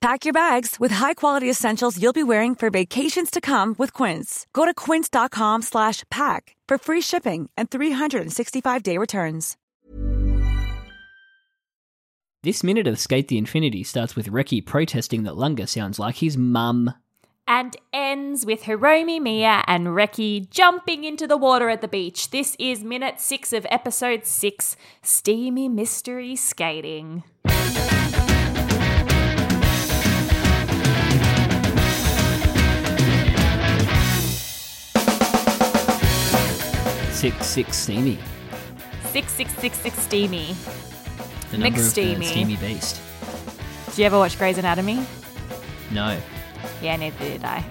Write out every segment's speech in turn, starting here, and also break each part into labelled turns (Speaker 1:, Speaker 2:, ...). Speaker 1: Pack your bags with high-quality essentials you'll be wearing for vacations to come with Quince. Go to quince.com slash pack for free shipping and 365-day returns.
Speaker 2: This minute of Skate the Infinity starts with Reki protesting that Lunga sounds like his mum.
Speaker 3: and ends with Hiromi Mia and Reki jumping into the water at the beach. This is minute six of episode six Steamy Mystery Skating.
Speaker 2: Six six steamy.
Speaker 3: 6666 Steamy.
Speaker 2: The number
Speaker 3: Mixed
Speaker 2: of
Speaker 3: steamy.
Speaker 2: the steamy beast.
Speaker 3: Do you ever watch Grey's Anatomy?
Speaker 2: No.
Speaker 3: Yeah, neither did I.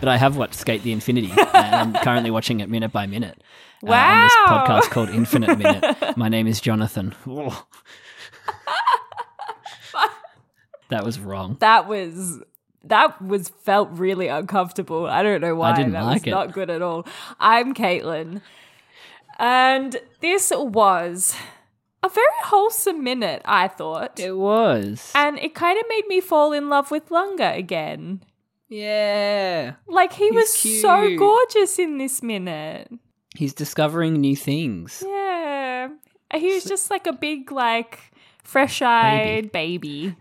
Speaker 2: But I have watched Skate the Infinity, and I'm currently watching it minute by minute. uh, on this
Speaker 3: Wow.
Speaker 2: podcast called Infinite Minute. My name is Jonathan. Oh. that was wrong.
Speaker 3: That was that was felt really uncomfortable. I don't know why.
Speaker 2: didn't
Speaker 3: that
Speaker 2: like
Speaker 3: was
Speaker 2: it.
Speaker 3: not good at all. I'm Caitlin. And this was a very wholesome minute, I thought.
Speaker 2: It was.
Speaker 3: And it kind of made me fall in love with Lunga again.
Speaker 2: yeah.
Speaker 3: Like he
Speaker 2: He's
Speaker 3: was so
Speaker 2: cute.
Speaker 3: gorgeous in this minute.
Speaker 2: He's discovering new things.
Speaker 3: Yeah. He was just like a big like fresh-eyed baby.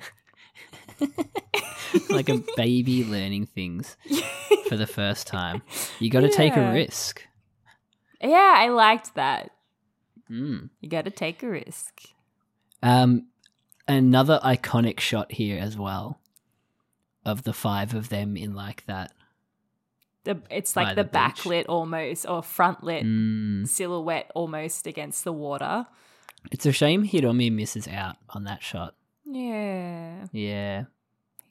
Speaker 2: like a baby learning things for the first time. You got to take a
Speaker 3: Yeah.
Speaker 2: risk.
Speaker 3: Yeah, I liked that.
Speaker 2: Mm.
Speaker 3: You got to take a risk.
Speaker 2: Um, another iconic shot here as well of the five of them in like that.
Speaker 3: The, it's
Speaker 2: By
Speaker 3: like
Speaker 2: the
Speaker 3: the,
Speaker 2: beach.
Speaker 3: backlit almost or front lit Hmm.
Speaker 2: Mm.
Speaker 3: silhouette almost against the water.
Speaker 2: It's a shame Hiromi misses out on that shot.
Speaker 3: Yeah.
Speaker 2: Yeah.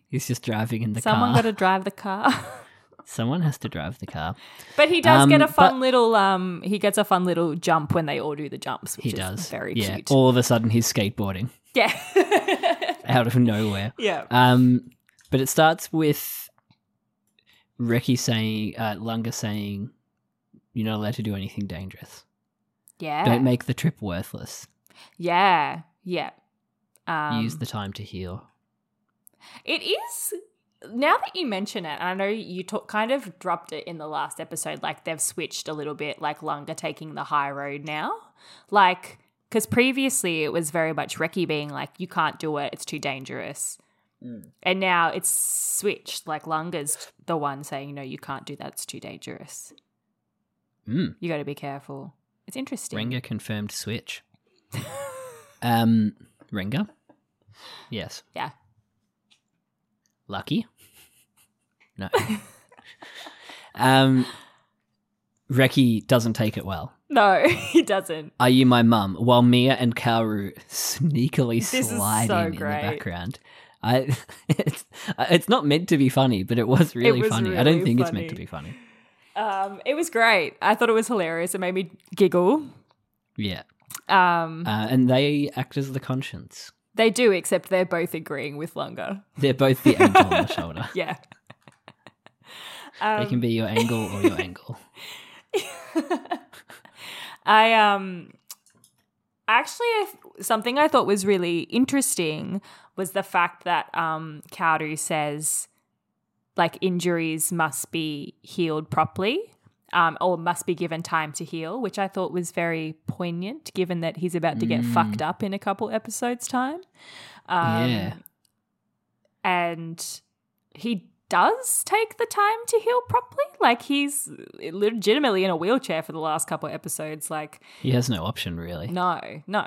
Speaker 2: He's just driving in the
Speaker 3: Someone
Speaker 2: car.
Speaker 3: got to drive the car.
Speaker 2: Someone has to drive the car.
Speaker 3: but he does
Speaker 2: Um,
Speaker 3: get a fun
Speaker 2: but-
Speaker 3: little um he gets a fun little jump when they all do the jumps, which
Speaker 2: He
Speaker 3: is
Speaker 2: does.
Speaker 3: very
Speaker 2: yeah.
Speaker 3: cute.
Speaker 2: All of a sudden he's skateboarding
Speaker 3: yeah.
Speaker 2: out of nowhere.
Speaker 3: yeah.
Speaker 2: Um, but it starts with Reki saying, uh, Lunga saying, "You're not allowed to do anything dangerous.
Speaker 3: Yeah.
Speaker 2: Don't make the trip worthless.
Speaker 3: Yeah. Yeah. Um,
Speaker 2: Use the time to heal."
Speaker 3: It is now that you mention it, and I know you talk, kind of dropped it in the last episode. Like they've switched a little bit, like Lunga taking the high road now, like because previously it was very much Reki being like, "You can't do it; it's too dangerous." And now it's switched. Like Lunga's the one saying, "No, you can't do that; it's too dangerous.
Speaker 2: Mm,
Speaker 3: You got to be careful." It's interesting.
Speaker 2: Renga confirmed switch. um, Renga. Yes,
Speaker 3: Yeah.
Speaker 2: lucky. No. um, Reki doesn't take it well.
Speaker 3: No, he doesn't.
Speaker 2: Are you E my mum? While Mia and Kaoru sneakily
Speaker 3: This is so
Speaker 2: sliding in the
Speaker 3: great.
Speaker 2: background. I, it's, it's not meant to be funny, but it was really
Speaker 3: was
Speaker 2: funny. I don't
Speaker 3: really
Speaker 2: think it's meant to
Speaker 3: funny.
Speaker 2: be funny.
Speaker 3: Um, it was great. I thought it was hilarious. It made me giggle.
Speaker 2: Yeah.
Speaker 3: Um,
Speaker 2: Uh, and they act as the conscience.
Speaker 3: They do, except they're both agreeing with Lunga.
Speaker 2: They're both the angel on the shoulder.
Speaker 3: Yeah.
Speaker 2: they can be your angle or your angle.
Speaker 3: I um actually I th- something I thought was really interesting was the fact that um Kaoru says like injuries must be healed properly. Um, or must be given time to heal, which I thought was very poignant, given that he's about to get fucked up in a couple episodes' time.
Speaker 2: yeah.
Speaker 3: Um, and he does take the time to heal properly. Like he's legitimately in a wheelchair for the last couple of episodes. Like
Speaker 2: He has no option, really.
Speaker 3: no, no.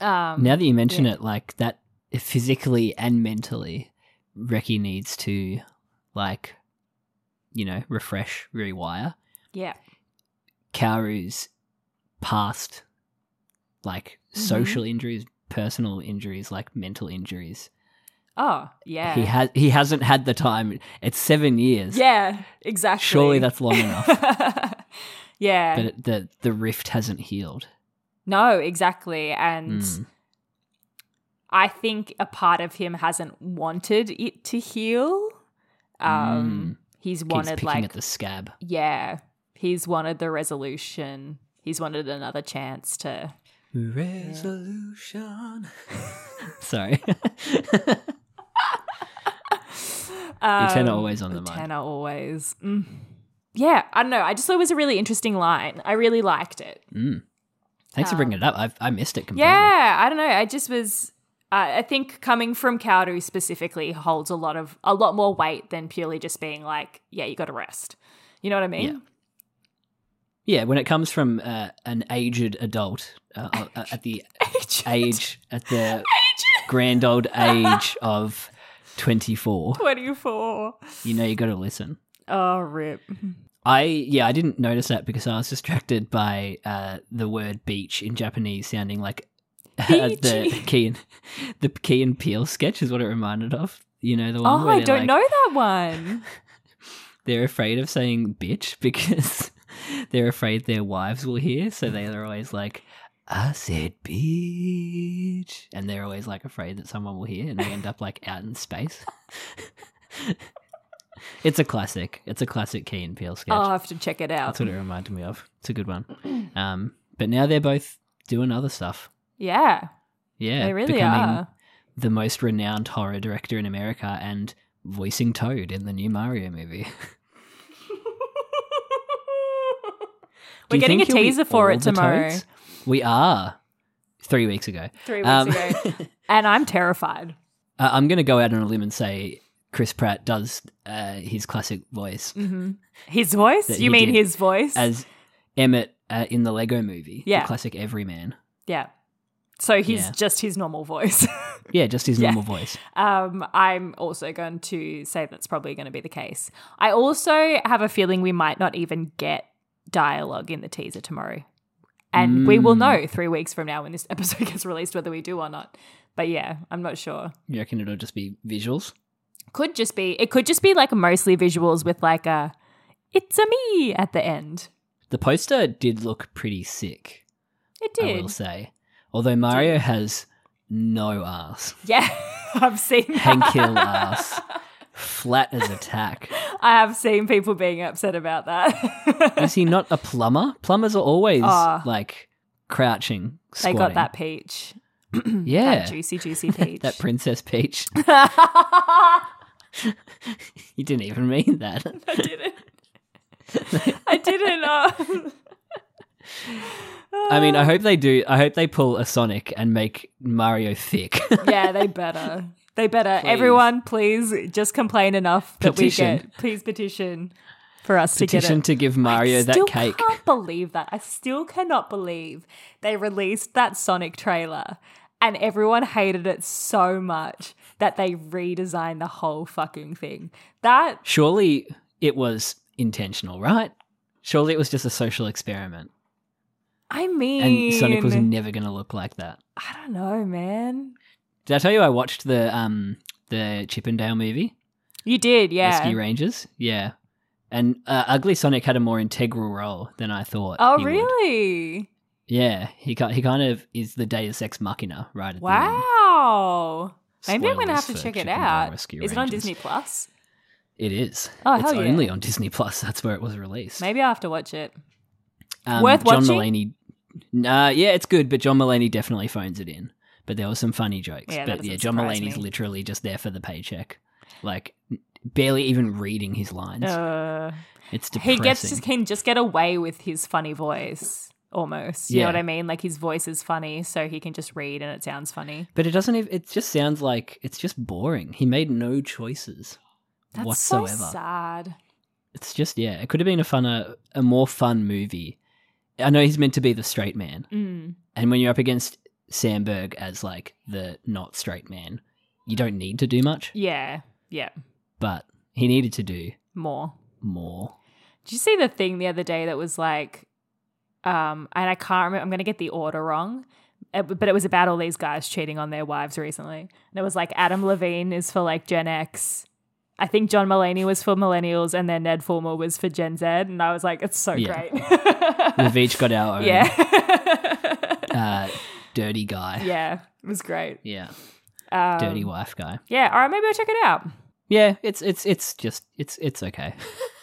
Speaker 3: Um,
Speaker 2: Now that you mention it, like that physically and mentally, Reki needs to, like, you know, refresh, rewire.
Speaker 3: yeah,
Speaker 2: Kaoru's past, like
Speaker 3: Mm-hmm.
Speaker 2: social injuries, personal injuries, like mental injuries.
Speaker 3: oh yeah,
Speaker 2: He has he hasn't had the time. It's seven years.
Speaker 3: yeah, exactly.
Speaker 2: surely that's long enough.
Speaker 3: Yeah.
Speaker 2: but it, the the rift hasn't healed.
Speaker 3: no, exactly. And
Speaker 2: Mm.
Speaker 3: I think a part of him hasn't wanted it to heal. Um, He's
Speaker 2: Hmm. Keeps
Speaker 3: wanted
Speaker 2: picking
Speaker 3: like
Speaker 2: at the scab.
Speaker 3: yeah, he's wanted the resolution. He's wanted another chance to.
Speaker 2: Resolution. Sorry,
Speaker 3: Um,
Speaker 2: Utena always on the mind.
Speaker 3: Utena always. Mm. Yeah, I don't know. I just thought it was a really interesting line. I really liked it.
Speaker 2: Thanks for bringing it up. I've, I missed it completely.
Speaker 3: Yeah, I don't know. I just was. Uh, I think coming from Kaoru specifically holds a lot of a lot more weight than purely just being like, yeah, you got to rest. You know what I mean?
Speaker 2: Yeah. Yeah, when it comes from uh, an aged adult uh, uh, at the age at the grand old age of 24
Speaker 3: 24.
Speaker 2: you know you got to listen
Speaker 3: Oh, rip.
Speaker 2: i yeah i didn't notice that because i was distracted by uh, the word beach in japanese sounding like uh, the
Speaker 3: Beachy.
Speaker 2: key and the key and peel sketch is what it reminded of you know the one
Speaker 3: Oh,
Speaker 2: where
Speaker 3: I
Speaker 2: they're
Speaker 3: don't
Speaker 2: like-
Speaker 3: know that one.
Speaker 2: they're afraid of saying bitch because they're afraid their wives will hear, so they're always like, I said bitch. And they're always like afraid that someone will hear and they end up like out in space. it's a classic. It's a classic Key and Peel sketch.
Speaker 3: I'll have to check it out.
Speaker 2: That's what it reminded me of. It's a good one. Um, but now they're both doing other stuff.
Speaker 3: yeah,
Speaker 2: Yeah.
Speaker 3: they really
Speaker 2: becoming
Speaker 3: are.
Speaker 2: the most renowned horror director in America and voicing Toad in the new Mario movie. Do
Speaker 3: We're
Speaker 2: you
Speaker 3: getting a
Speaker 2: think he'll be
Speaker 3: teaser for
Speaker 2: all
Speaker 3: it
Speaker 2: the
Speaker 3: tomorrow.
Speaker 2: toads? We are. Three weeks ago.
Speaker 3: Three weeks
Speaker 2: Um,
Speaker 3: ago. And I'm terrified.
Speaker 2: Uh, I'm going to go out on a limb and say Chris Pratt does uh, his classic voice
Speaker 3: hmm His voice?
Speaker 2: That he
Speaker 3: you mean
Speaker 2: did
Speaker 3: his voice?
Speaker 2: as Emmett uh, in the Lego movie. the
Speaker 3: Yeah.
Speaker 2: classic Everyman.
Speaker 3: yeah. So he's
Speaker 2: Yeah.
Speaker 3: just his normal voice.
Speaker 2: Yeah, just his
Speaker 3: Yeah.
Speaker 2: normal voice.
Speaker 3: Um, I'm also going to say that's probably going to be the case. I also have a feeling we might not even get dialogue in the teaser tomorrow. And we will know three weeks from now when this episode gets released whether we do or not. But yeah, I'm not sure.
Speaker 2: You reckon it'll just be visuals?
Speaker 3: Could just be, it could just be like mostly visuals with like a, it's a me at the end.
Speaker 2: The poster did look pretty sick,
Speaker 3: It
Speaker 2: I
Speaker 3: did.
Speaker 2: will say. Although Mario has no ass.
Speaker 3: Yeah, I've seen that.
Speaker 2: Hank Hill ass. Flat as a tack.
Speaker 3: I have seen people being upset about that.
Speaker 2: Is he not a plumber? Plumbers are always
Speaker 3: Ah.
Speaker 2: like crouching.
Speaker 3: they
Speaker 2: Squatting.
Speaker 3: got that peach.
Speaker 2: Yeah.
Speaker 3: That juicy, juicy peach.
Speaker 2: That Princess Peach. you didn't even mean that.
Speaker 3: I didn't. I didn't. Uh,
Speaker 2: I mean, I hope they do. I hope they pull a Sonic and make Mario thick.
Speaker 3: yeah, they better. They better.
Speaker 2: Please.
Speaker 3: Everyone, please just complain enough that we
Speaker 2: Petition.
Speaker 3: get. Please petition for us
Speaker 2: Petition to
Speaker 3: to get it.
Speaker 2: give Mario that
Speaker 3: Still
Speaker 2: cake.
Speaker 3: can't believe that. I still cannot believe they released that Sonic trailer and everyone hated it so much that they redesigned the whole fucking thing. That
Speaker 2: Surely it was intentional, right? Surely it was just a social experiment.
Speaker 3: I mean,
Speaker 2: And Sonic was never going to look like that.
Speaker 3: I don't know, man.
Speaker 2: Did I tell you I watched the um the Chippendale movie,
Speaker 3: You did, yeah.
Speaker 2: Rescue Rangers? Yeah. And uh, Ugly Sonic had a more integral role than I thought.
Speaker 3: Oh,
Speaker 2: he would.
Speaker 3: really?
Speaker 2: Yeah, he ki- he kind of is the Deus Ex Machina right at the end.
Speaker 3: Wow. Maybe I'm going to
Speaker 2: Spoilers
Speaker 3: have to
Speaker 2: for
Speaker 3: check it
Speaker 2: Chippendale
Speaker 3: out.
Speaker 2: Rescue
Speaker 3: Is it on
Speaker 2: Rangers.
Speaker 3: Disney Plus?
Speaker 2: It is.
Speaker 3: Oh,
Speaker 2: it's
Speaker 3: hell yeah.
Speaker 2: only on Disney Plus. That's where it was released.
Speaker 3: Maybe I'll have to watch it.
Speaker 2: Um,
Speaker 3: Worth
Speaker 2: John
Speaker 3: watching?
Speaker 2: Mulaney. Nah, yeah, it's good, but John Mulaney definitely phones it in. But there were some funny jokes.
Speaker 3: Yeah, that
Speaker 2: but yeah,
Speaker 3: doesn't
Speaker 2: John
Speaker 3: surprise
Speaker 2: Mulaney's
Speaker 3: me.
Speaker 2: literally just there for the paycheck, like n- barely even reading his lines.
Speaker 3: Uh,
Speaker 2: it's
Speaker 3: he
Speaker 2: depressing.
Speaker 3: gets can just get away with his funny voice almost. You
Speaker 2: Yeah.
Speaker 3: know what I mean? Like his voice is funny, so he can just read and it sounds funny.
Speaker 2: but it doesn't. Even, it just sounds like it's just boring. He made no choices
Speaker 3: That's
Speaker 2: whatsoever.
Speaker 3: so sad.
Speaker 2: It's just yeah. It could have been a funner, a more fun movie. I know he's meant to be the straight man,
Speaker 3: Mm.
Speaker 2: And when you're up against Sandberg as like the not straight man, you don't need to do much,
Speaker 3: Yeah. Yeah.
Speaker 2: but he needed to do
Speaker 3: More.
Speaker 2: more.
Speaker 3: Did you see the thing the other day that was like, um, and I can't remember, I'm going to get the order wrong, uh, but it was about all these guys cheating on their wives recently. And it was like Adam Levine is for like Gen X, I think John Mullaney was for millennials, and then Ned Former was for Gen Z, and I was like, it's so
Speaker 2: Yeah.
Speaker 3: great.
Speaker 2: We've each got our own
Speaker 3: yeah,
Speaker 2: uh, dirty guy.
Speaker 3: yeah, it was great.
Speaker 2: Yeah.
Speaker 3: Um,
Speaker 2: Dirty wife guy.
Speaker 3: Yeah, all right, maybe I'll check it out.
Speaker 2: Yeah, it's it's it's just it's it's okay.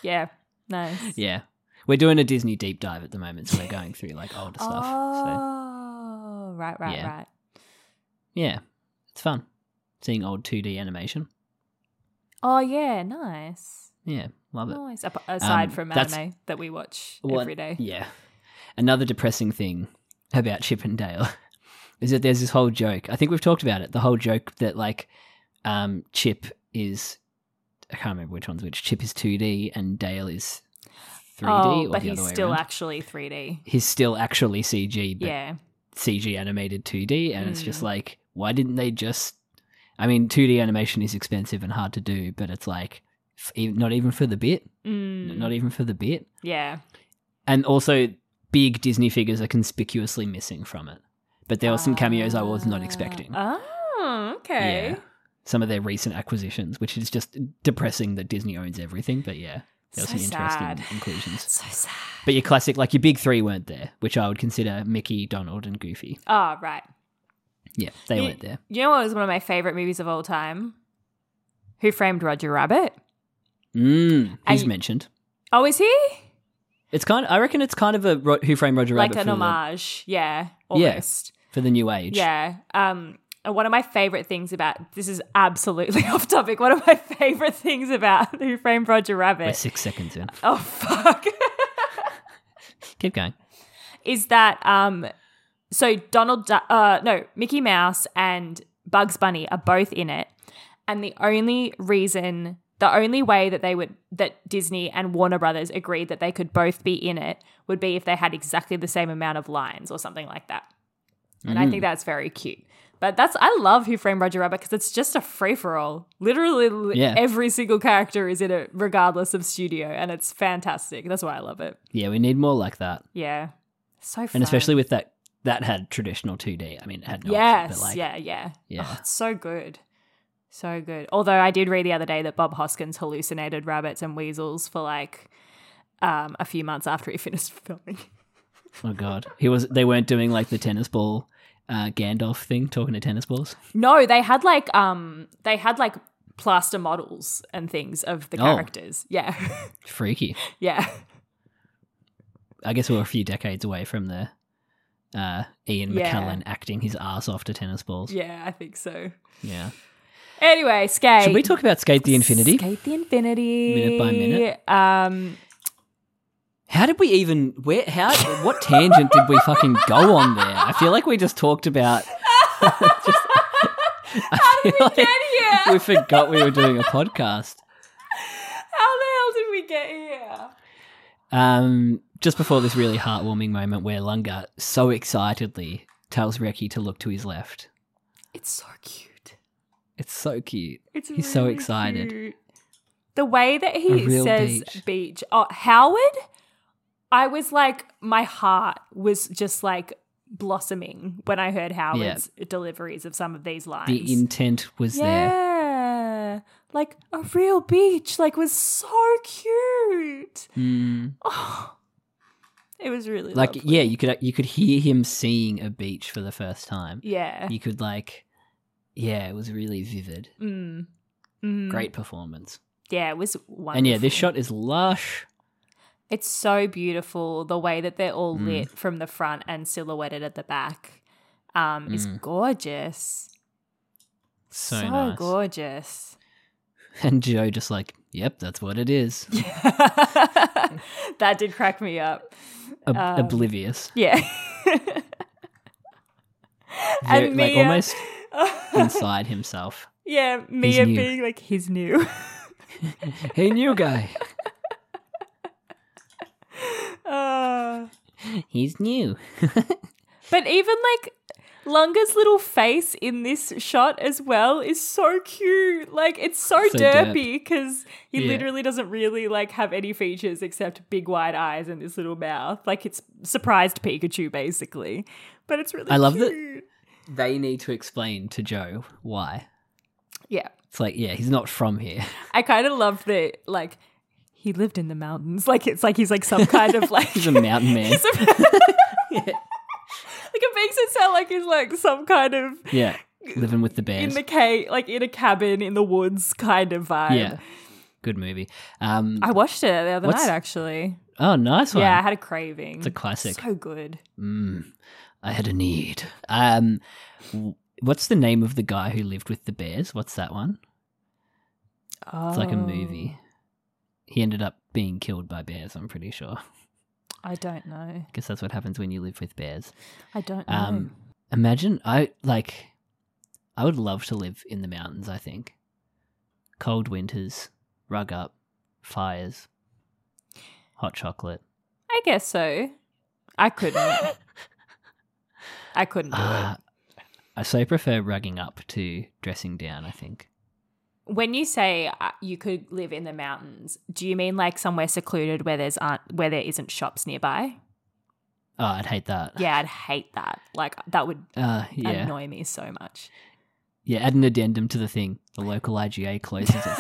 Speaker 3: Yeah, nice.
Speaker 2: yeah. We're doing a Disney deep dive at the moment, so we're going through like older stuff. So
Speaker 3: Oh, right, right,
Speaker 2: Yeah.
Speaker 3: right.
Speaker 2: yeah. It's fun. Seeing old two D animation.
Speaker 3: Oh yeah, nice.
Speaker 2: Yeah. Love it.
Speaker 3: Nice. Ap- aside
Speaker 2: Um,
Speaker 3: from
Speaker 2: that's-
Speaker 3: anime that we watch
Speaker 2: What-
Speaker 3: every day.
Speaker 2: Yeah. Another depressing thing about Chip and Dale is that there's this whole joke. I think we've talked about it. The whole joke that like um, Chip is I can't remember which one's which. Chip is 2D and Dale is 3D
Speaker 3: oh,
Speaker 2: or
Speaker 3: but
Speaker 2: the
Speaker 3: he's
Speaker 2: other way
Speaker 3: still
Speaker 2: around.
Speaker 3: actually 3D.
Speaker 2: he's still actually CG, but
Speaker 3: Yeah,
Speaker 2: CG animated 2D, and it's just
Speaker 3: Mm.
Speaker 2: like, why didn't they just? I mean, 2D animation is expensive and hard to do, but it's like, f- e- not even for the bit,
Speaker 3: mm,
Speaker 2: not e-, even for the bit,
Speaker 3: yeah.
Speaker 2: and also big Disney figures are conspicuously missing from it. But there were some cameos I was not
Speaker 3: Ah.
Speaker 2: expecting.
Speaker 3: Oh, okay.
Speaker 2: Yeah. Some of their recent acquisitions, which is just depressing that Disney owns everything, but yeah, there were
Speaker 3: So
Speaker 2: some interesting
Speaker 3: sad.
Speaker 2: inclusions.
Speaker 3: So sad.
Speaker 2: But your classic, like your big three, weren't there, which I would consider Mickey, Donald, and Goofy.
Speaker 3: Oh, right.
Speaker 2: Yeah, they
Speaker 3: You-
Speaker 2: weren't there.
Speaker 3: You know what was one of my favorite movies of all time? Who Framed Roger Rabbit?
Speaker 2: Mm,
Speaker 3: I-
Speaker 2: he's mentioned.
Speaker 3: Oh, is he?
Speaker 2: It's kind. I reckon it's kind of a Ro- Who Framed Roger
Speaker 3: Like
Speaker 2: Rabbit
Speaker 3: an
Speaker 2: for, the,
Speaker 3: homage. Yeah, almost.
Speaker 2: for the new age.
Speaker 3: Yeah. Um, and one of my favorite things about this is absolutely off topic. One of my favorite things about Who Framed Roger
Speaker 2: we're
Speaker 3: Rabbit.
Speaker 2: six seconds in.
Speaker 3: Oh fuck.
Speaker 2: Keep going.
Speaker 3: is that um so Donald Du- uh no, Mickey Mouse and Bugs Bunny are both in it. And the only reason the only way that they would that Disney and Warner Brothers agreed that they could both be in it would be if they had exactly the same amount of lines or something like that. And
Speaker 2: Mm.
Speaker 3: I think that's very cute. But that's I love Who Framed Roger Rabbit because it's just a free for all. Literally, li-
Speaker 2: Yeah.
Speaker 3: every single character is in it, regardless of studio, and it's fantastic. That's why I love it.
Speaker 2: Yeah, we need more like that,
Speaker 3: Yeah, so fun.
Speaker 2: and especially with that that had traditional two D. I mean, it had no. option,
Speaker 3: yes,
Speaker 2: but like,
Speaker 3: yeah, yeah,
Speaker 2: Yeah.
Speaker 3: Oh, it's so good, so good. Although I did read the other day that Bob Hoskins hallucinated rabbits and weasels for like um, a few months after he finished filming.
Speaker 2: Oh god, he was. They weren't doing like the tennis ball uh, Gandalf thing, talking to tennis balls.
Speaker 3: No, they had like um, they had like plaster models and things of the
Speaker 2: Oh.
Speaker 3: characters. Yeah,
Speaker 2: Freaky.
Speaker 3: yeah.
Speaker 2: I guess we were a few decades away from the uh, Ian
Speaker 3: Yeah.
Speaker 2: McKellen acting his ass off to tennis balls.
Speaker 3: Yeah, I think so.
Speaker 2: Yeah.
Speaker 3: Anyway, skate.
Speaker 2: Should we talk about Skate the Infinity?
Speaker 3: Skate the infinity.
Speaker 2: Minute by minute.
Speaker 3: Um,
Speaker 2: How did we even where how what tangent did we fucking go on there? I feel like we just talked about
Speaker 3: how did we
Speaker 2: feel like
Speaker 3: get here?
Speaker 2: we forgot we were doing a podcast.
Speaker 3: How the hell did we get here?
Speaker 2: Um just before this really heartwarming moment where Lunga so excitedly tells Reki to look to his left.
Speaker 3: It's so cute.
Speaker 2: It's so cute.
Speaker 3: It's
Speaker 2: He's so
Speaker 3: really
Speaker 2: excited.
Speaker 3: cute. The way that
Speaker 2: A
Speaker 3: he
Speaker 2: real
Speaker 3: says
Speaker 2: beach.
Speaker 3: beach. Oh, Howard, I was like, my heart was just like blossoming when I heard Howard's deliveries of some of these lines.
Speaker 2: The intent was there.
Speaker 3: yeah. Like a real beach, like was so cute.
Speaker 2: Mm.
Speaker 3: Oh, it was really
Speaker 2: Like
Speaker 3: lovely.
Speaker 2: yeah, you could you could hear him seeing a beach for the first time.
Speaker 3: yeah.
Speaker 2: You could like yeah, it was really vivid.
Speaker 3: Mm. Mm.
Speaker 2: Great performance.
Speaker 3: Yeah, it was wonderful.
Speaker 2: And yeah, this shot is lush.
Speaker 3: It's so beautiful the way that they're all
Speaker 2: Mm.
Speaker 3: lit from the front and silhouetted at the back. Um, is
Speaker 2: Mm.
Speaker 3: gorgeous.
Speaker 2: So, nice.
Speaker 3: gorgeous.
Speaker 2: And Joe just like, yep, that's what it is.
Speaker 3: that did crack me up.
Speaker 2: Ob-
Speaker 3: Um,
Speaker 2: oblivious.
Speaker 3: Yeah.
Speaker 2: Very,
Speaker 3: and
Speaker 2: like
Speaker 3: Mia-
Speaker 2: almost inside himself.
Speaker 3: yeah, Mia
Speaker 2: new.
Speaker 3: being like he's new.
Speaker 2: Hey, new guy.
Speaker 3: Uh,
Speaker 2: He's new.
Speaker 3: but even like Lunga's little face in this shot as well is so cute. Like it's so,
Speaker 2: So derp.
Speaker 3: derpy because he
Speaker 2: Yeah.
Speaker 3: literally doesn't really like have any features except big wide eyes and this little mouth. Like it's surprised Pikachu basically. But it's really
Speaker 2: I love that-
Speaker 3: cute.
Speaker 2: They need to explain to Joe why.
Speaker 3: Yeah.
Speaker 2: It's like, yeah, he's not from here.
Speaker 3: I kind of love the like he lived in the mountains. Like it's like he's like some kind of like
Speaker 2: He's a mountain man.
Speaker 3: He's a- Like it makes it sound like he's like some kind of
Speaker 2: yeah, living with the bears.
Speaker 3: in the cave, like in a cabin in the woods kind of vibe.
Speaker 2: yeah, good movie. Um,
Speaker 3: I watched it the other
Speaker 2: What's-
Speaker 3: night actually.
Speaker 2: oh, nice one.
Speaker 3: Yeah, I had a craving.
Speaker 2: it's a classic.
Speaker 3: So good.
Speaker 2: Mm, I had a need. Um, w- what's the name of the guy who lived with the bears? What's that one?
Speaker 3: Oh.
Speaker 2: It's like a movie. He ended up being killed by bears. I'm pretty sure.
Speaker 3: I don't know.
Speaker 2: Because that's what happens when you live with bears.
Speaker 3: I don't know.
Speaker 2: Um, imagine I like. I would love to live in the mountains. I think cold winters, rug up, fires, hot chocolate.
Speaker 3: I guess so. I couldn't. I couldn't do
Speaker 2: Ah, I so prefer rugging up to dressing down. I think.
Speaker 3: it. When you say uh, you could live in the mountains, do you mean like somewhere secluded where there's aren't where there isn't shops nearby?
Speaker 2: Oh, I'd hate that.
Speaker 3: Yeah, I'd hate that. Like that would
Speaker 2: Uh, yeah.
Speaker 3: annoy me so much.
Speaker 2: Yeah, add an addendum to the thing. The local IGA closes at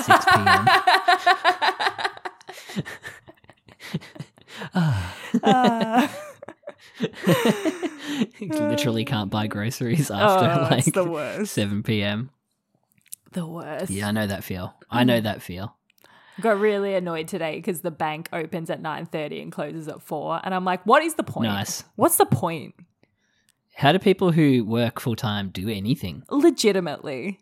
Speaker 2: 6 p.m. Ah.
Speaker 3: Uh,
Speaker 2: Literally can't buy groceries after
Speaker 3: oh, it's
Speaker 2: like
Speaker 3: the worst.
Speaker 2: 7 p.m.
Speaker 3: The worst.
Speaker 2: Yeah, I know that feel.
Speaker 3: Mm.
Speaker 2: I know that feel.
Speaker 3: Got really annoyed today because the bank opens at nine thirty and closes at four, and I'm like, "What is the point?
Speaker 2: Nice.
Speaker 3: What's the point?
Speaker 2: How do people who work full time do anything?
Speaker 3: Legitimately,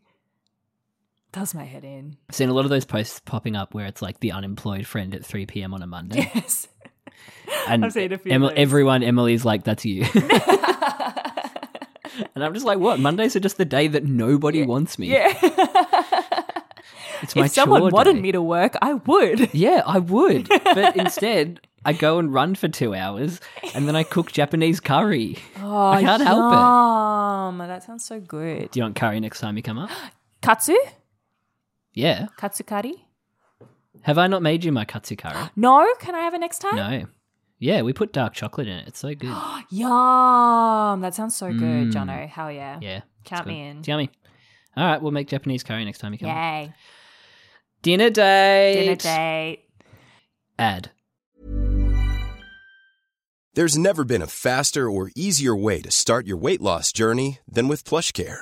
Speaker 3: does my head in?
Speaker 2: I've seen a lot of those posts popping up where it's like the unemployed friend at 3 p.m. on a Monday.
Speaker 3: Yes,
Speaker 2: And
Speaker 3: I've seen a few.
Speaker 2: Mm. Em-
Speaker 3: of those.
Speaker 2: everyone, Emily's like, that's you. and I'm just like, what? Mondays are just the day that nobody wants me.
Speaker 3: yeah.
Speaker 2: It's my
Speaker 3: if someone
Speaker 2: chore
Speaker 3: wanted
Speaker 2: day.
Speaker 3: me to work, I would.
Speaker 2: Yeah, I would. But instead, I go and run for two hours and then I cook Japanese curry.
Speaker 3: Oh,
Speaker 2: I can't help it.
Speaker 3: it. That sounds so good.
Speaker 2: Do you want curry next time you come up?
Speaker 3: Katsu?
Speaker 2: Yeah.
Speaker 3: Katsu curry?
Speaker 2: Have I not made you my katsu curry?
Speaker 3: No, can I have it next time?
Speaker 2: No. Yeah, we put dark chocolate in it. It's so good.
Speaker 3: Yum. That sounds so good,
Speaker 2: Mm.
Speaker 3: Jono. Hell yeah.
Speaker 2: Yeah.
Speaker 3: Count
Speaker 2: it's good.
Speaker 3: me in.
Speaker 2: It's yummy. All right, we'll make Japanese curry next time you come. up.
Speaker 3: Yay.
Speaker 2: Dinner date.
Speaker 3: Dinner date.
Speaker 2: Ad.
Speaker 4: There's never been a faster or easier way to start your weight loss journey than with PlushCare.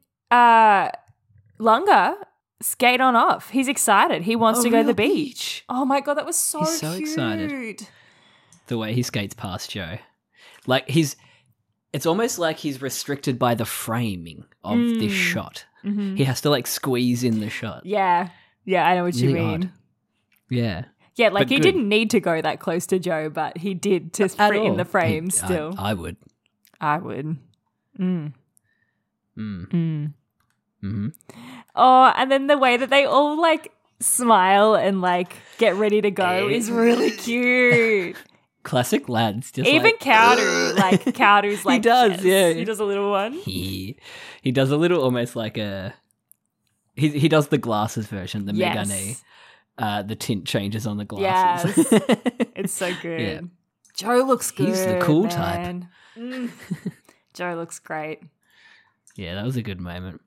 Speaker 3: uh Lunga skate on off. He's excited. He wants
Speaker 2: A
Speaker 3: to go to the
Speaker 2: Oh, real
Speaker 3: beach.
Speaker 2: beach.
Speaker 3: Oh my god, that was so,
Speaker 2: He's so
Speaker 3: cute.
Speaker 2: excited. The way he skates past Joe. Like he's it's almost like he's restricted by the framing of
Speaker 3: Mm.
Speaker 2: this shot.
Speaker 3: Mhm.
Speaker 2: He has to like squeeze in the shot.
Speaker 3: Yeah. Yeah, I know what you
Speaker 2: Really
Speaker 3: mean.
Speaker 2: odd. Yeah.
Speaker 3: Yeah, like
Speaker 2: But
Speaker 3: he
Speaker 2: good.
Speaker 3: didn't need to go that close to Joe, but he did to
Speaker 2: At
Speaker 3: fit in
Speaker 2: all.
Speaker 3: the frame
Speaker 2: He- I-
Speaker 3: still. I,
Speaker 2: I, would.
Speaker 3: would. Mm.
Speaker 2: Mm.
Speaker 3: Mm.
Speaker 2: hmm
Speaker 3: Oh, and then the way that they all like smile and like get ready to go is really cute.
Speaker 2: Classic lads. Just
Speaker 3: Even
Speaker 2: like,
Speaker 3: Cowdery, like Cowdery's like
Speaker 2: does,
Speaker 3: yes.
Speaker 2: yeah.
Speaker 3: He does a little one.
Speaker 2: he he does a little almost like a he he does the glasses version, the
Speaker 3: Yes.
Speaker 2: Megane. Uh, the tint changes on the glasses.
Speaker 3: It's so good.
Speaker 2: Yeah.
Speaker 3: Joe looks good.
Speaker 2: He's the cool type.
Speaker 3: man. Mm. Joe looks great.
Speaker 2: yeah, that was a good moment.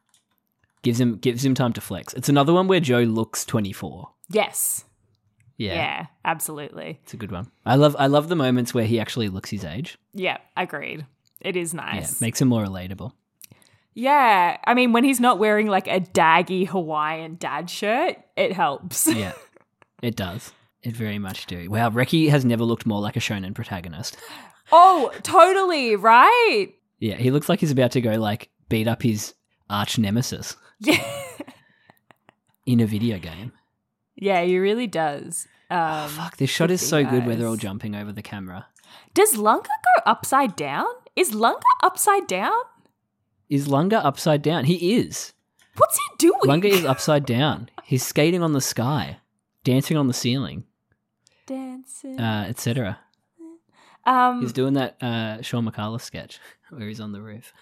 Speaker 2: Gives him gives him time to flex. It's another one where Joe looks twenty four.
Speaker 3: Yes.
Speaker 2: Yeah,
Speaker 3: Yeah. absolutely.
Speaker 2: it's a good one. I love I love the moments where he actually looks his age.
Speaker 3: Yeah, agreed. It is
Speaker 2: Yeah,
Speaker 3: nice.
Speaker 2: makes him more relatable.
Speaker 3: Yeah. I mean, when he's not wearing like a daggy Hawaiian dad shirt, it helps.
Speaker 2: Yeah, it does. It very much do. Wow, Reki has never looked more like a shonen protagonist.
Speaker 3: oh, totally, right?
Speaker 2: Yeah, he looks like he's about to go like beat up his arch nemesis
Speaker 3: Yeah.
Speaker 2: in a video
Speaker 3: Um,
Speaker 2: game.
Speaker 3: Yeah, he really does. Um,
Speaker 2: Oh, Fuck, this shot is
Speaker 3: good
Speaker 2: so
Speaker 3: thing,
Speaker 2: good where they're all
Speaker 3: guys.
Speaker 2: jumping over the camera.
Speaker 3: Does Lunga go upside down? Is Lunga upside down?
Speaker 2: Is Lunga upside down? He is.
Speaker 3: What's Oh, he doing?
Speaker 2: Lunga is upside down. He's skating on the sky, dancing on the ceiling,
Speaker 3: dancing.
Speaker 2: uh, etc.
Speaker 3: um,
Speaker 2: He's doing that uh, Sean McCullough sketch where he's on the roof.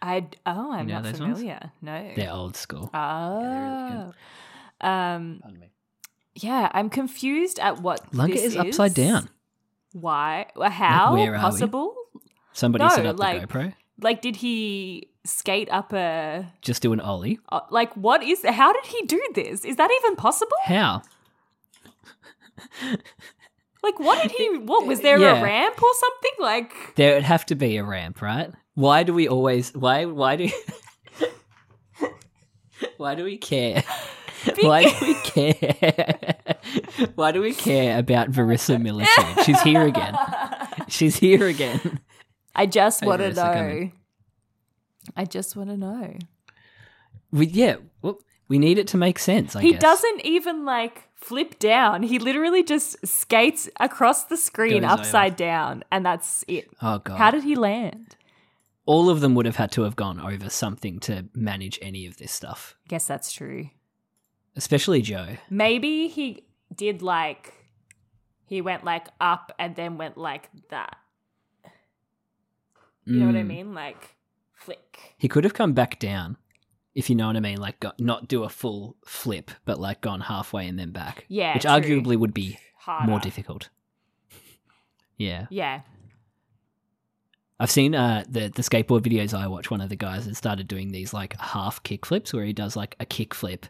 Speaker 3: I oh, I'm
Speaker 2: know
Speaker 3: not
Speaker 2: those ones?
Speaker 3: familiar. No.
Speaker 2: They're old school.
Speaker 3: oh.
Speaker 2: they're really
Speaker 3: um,
Speaker 2: Pardon me.
Speaker 3: yeah, I'm confused at what
Speaker 2: Lunga
Speaker 3: this
Speaker 2: is upside down.
Speaker 3: Why? Well, How
Speaker 2: where are we?
Speaker 3: possible?
Speaker 2: Somebody
Speaker 3: No,
Speaker 2: set up
Speaker 3: like-
Speaker 2: the GoPro.
Speaker 3: Like, did he skate up a?
Speaker 2: Just do an ollie.
Speaker 3: uh, Like, what is? How did he do this? Is that even possible?
Speaker 2: How?
Speaker 3: Like, what did he? What was there
Speaker 2: Yeah.
Speaker 3: a ramp or something? Like,
Speaker 2: There would have to be a ramp, right? Why do we always? Why? Why do? why do we care? Why do we care? why do we care about Verissa Military? She's here again. She's here again.
Speaker 3: I just
Speaker 2: Hey,
Speaker 3: want to
Speaker 2: Marissa, come in.
Speaker 3: know. I just want to know.
Speaker 2: We yeah. Well, we need it to make sense. I
Speaker 3: he
Speaker 2: guess.
Speaker 3: doesn't even like flip down. He literally just skates across the screen
Speaker 2: Goes over.
Speaker 3: upside down, and that's it.
Speaker 2: Oh god.
Speaker 3: How did he land?
Speaker 2: All of them would have had to have gone over something to manage any of this stuff,
Speaker 3: Guess that's true.
Speaker 2: especially Joe.
Speaker 3: Maybe he did like he went like up and then went like that. You know what I
Speaker 2: Mm.
Speaker 3: mean? Like flick.
Speaker 2: He could have come back down, if you know what I mean, like got, not do a full flip, but like gone halfway and then back.
Speaker 3: Yeah,
Speaker 2: which
Speaker 3: true.
Speaker 2: arguably would be
Speaker 3: Harder.
Speaker 2: more difficult. Yeah,
Speaker 3: Yeah.
Speaker 2: I've seen uh, the the skateboard videos I watch. One of the guys that started doing these like half kick flips, where he does like a kick flip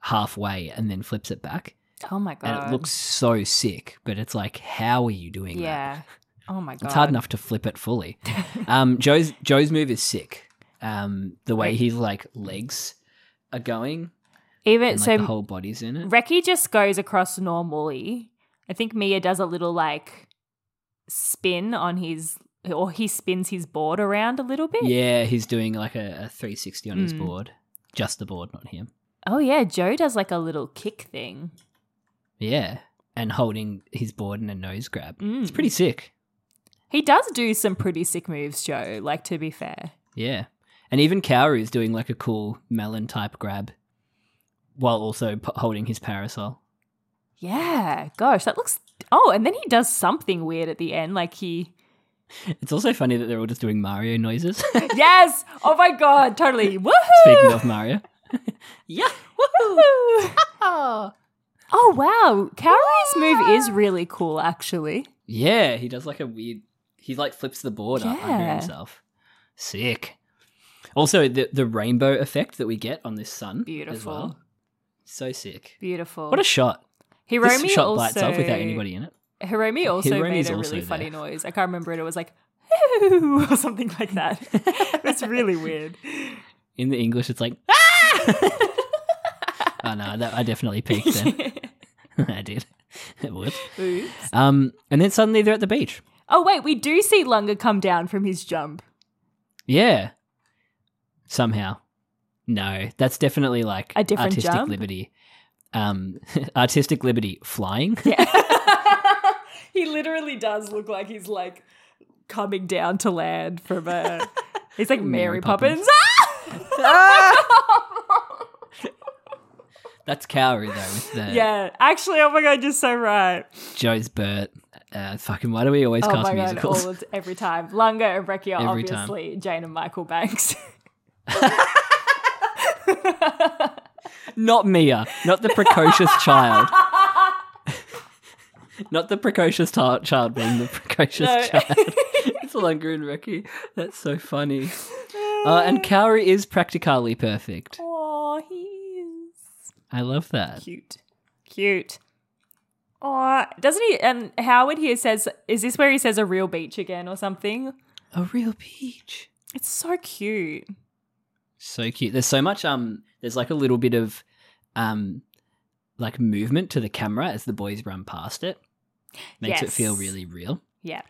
Speaker 2: halfway and then flips it back,
Speaker 3: Oh my god.
Speaker 2: and it looks so sick. But it's like, how are you doing that?
Speaker 3: Yeah. Oh my god.
Speaker 2: It's hard enough to flip it fully. um, Joe's Joe's move is sick. Um, the way his like legs are going,
Speaker 3: Even
Speaker 2: and, like,
Speaker 3: so
Speaker 2: the whole body's in it.
Speaker 3: Reki just goes across normally. I think Mia does a little like spin on his, or he spins his board around a little bit.
Speaker 2: Yeah, he's doing like a, a 360 on his
Speaker 3: Mm.
Speaker 2: board, just the board, not him.
Speaker 3: Oh yeah, Joe does like a little kick thing.
Speaker 2: Yeah, and holding his board in a nose grab. It's
Speaker 3: Mm.
Speaker 2: pretty sick.
Speaker 3: He does do some pretty sick moves, Joe. Like to be fair,
Speaker 2: Yeah, and even Kaoru is doing like a cool melon type grab, while also p- holding his parasol.
Speaker 3: yeah. Gosh, that looks. Oh, and then he does something weird at the end, like he.
Speaker 2: It's also funny that they're all just doing Mario noises.
Speaker 3: yes. Oh my god. Totally. Woohoo.
Speaker 2: Speaking of Mario, yeah.
Speaker 3: Woohoo. oh wow, Kaoru's move is really cool, actually.
Speaker 2: Yeah, he does like a weird. He like flips the board up under
Speaker 3: Yeah.
Speaker 2: himself. Sick. Also, the the rainbow effect that we get on this sun, as
Speaker 3: Beautiful.
Speaker 2: well. So sick.
Speaker 3: Beautiful.
Speaker 2: What a shot!
Speaker 3: Hiromi
Speaker 2: this shot
Speaker 3: also,
Speaker 2: lights up without anybody in it.
Speaker 3: Hiromi also
Speaker 2: Hiromi's
Speaker 3: made a
Speaker 2: also
Speaker 3: really
Speaker 2: there.
Speaker 3: funny noise. I can't remember it. It was like "Hoo," or something like that. That's really weird.
Speaker 2: In the English, it's like ah. oh no, that, I definitely peaked then. I did. It would.
Speaker 3: Oops.
Speaker 2: Um, and then suddenly they're at the beach.
Speaker 3: Oh wait, we do see Lunga come down from his jump.
Speaker 2: Yeah. Somehow. No, that's definitely like
Speaker 3: A different
Speaker 2: artistic
Speaker 3: jump?
Speaker 2: liberty. Um, artistic liberty flying.
Speaker 3: he literally does look like he's like coming down to land from a. He's like Mary,
Speaker 2: Mary
Speaker 3: Poppins. Ah!
Speaker 2: Poppins. That's Cowrie though with the
Speaker 3: yeah, actually, oh my god, you're so right.
Speaker 2: Joe's Burt. Uh, fucking why do we always
Speaker 3: Oh
Speaker 2: cast
Speaker 3: my god,
Speaker 2: musicals?
Speaker 3: all the, every time. Lunga and Recchi are
Speaker 2: Every time.
Speaker 3: obviously Jane and Michael Banks.
Speaker 2: Not Mia, not the precocious child. not the precocious ti- child being the precocious
Speaker 3: No.
Speaker 2: child. it's Lunga and Reki. That's so funny. Uh, and Cowrie is practically perfect.
Speaker 3: Oh, he's
Speaker 2: I love that.
Speaker 3: cute. Cute. Oh, doesn't he? And Howard here says, is this where he says a real beach again or something?
Speaker 2: A real peach.
Speaker 3: It's so cute.
Speaker 2: So cute. There's so much um there's like a little bit of um like movement to the camera as the boys run past it. Makes it feel
Speaker 3: Yes.
Speaker 2: really real.
Speaker 3: Yeah.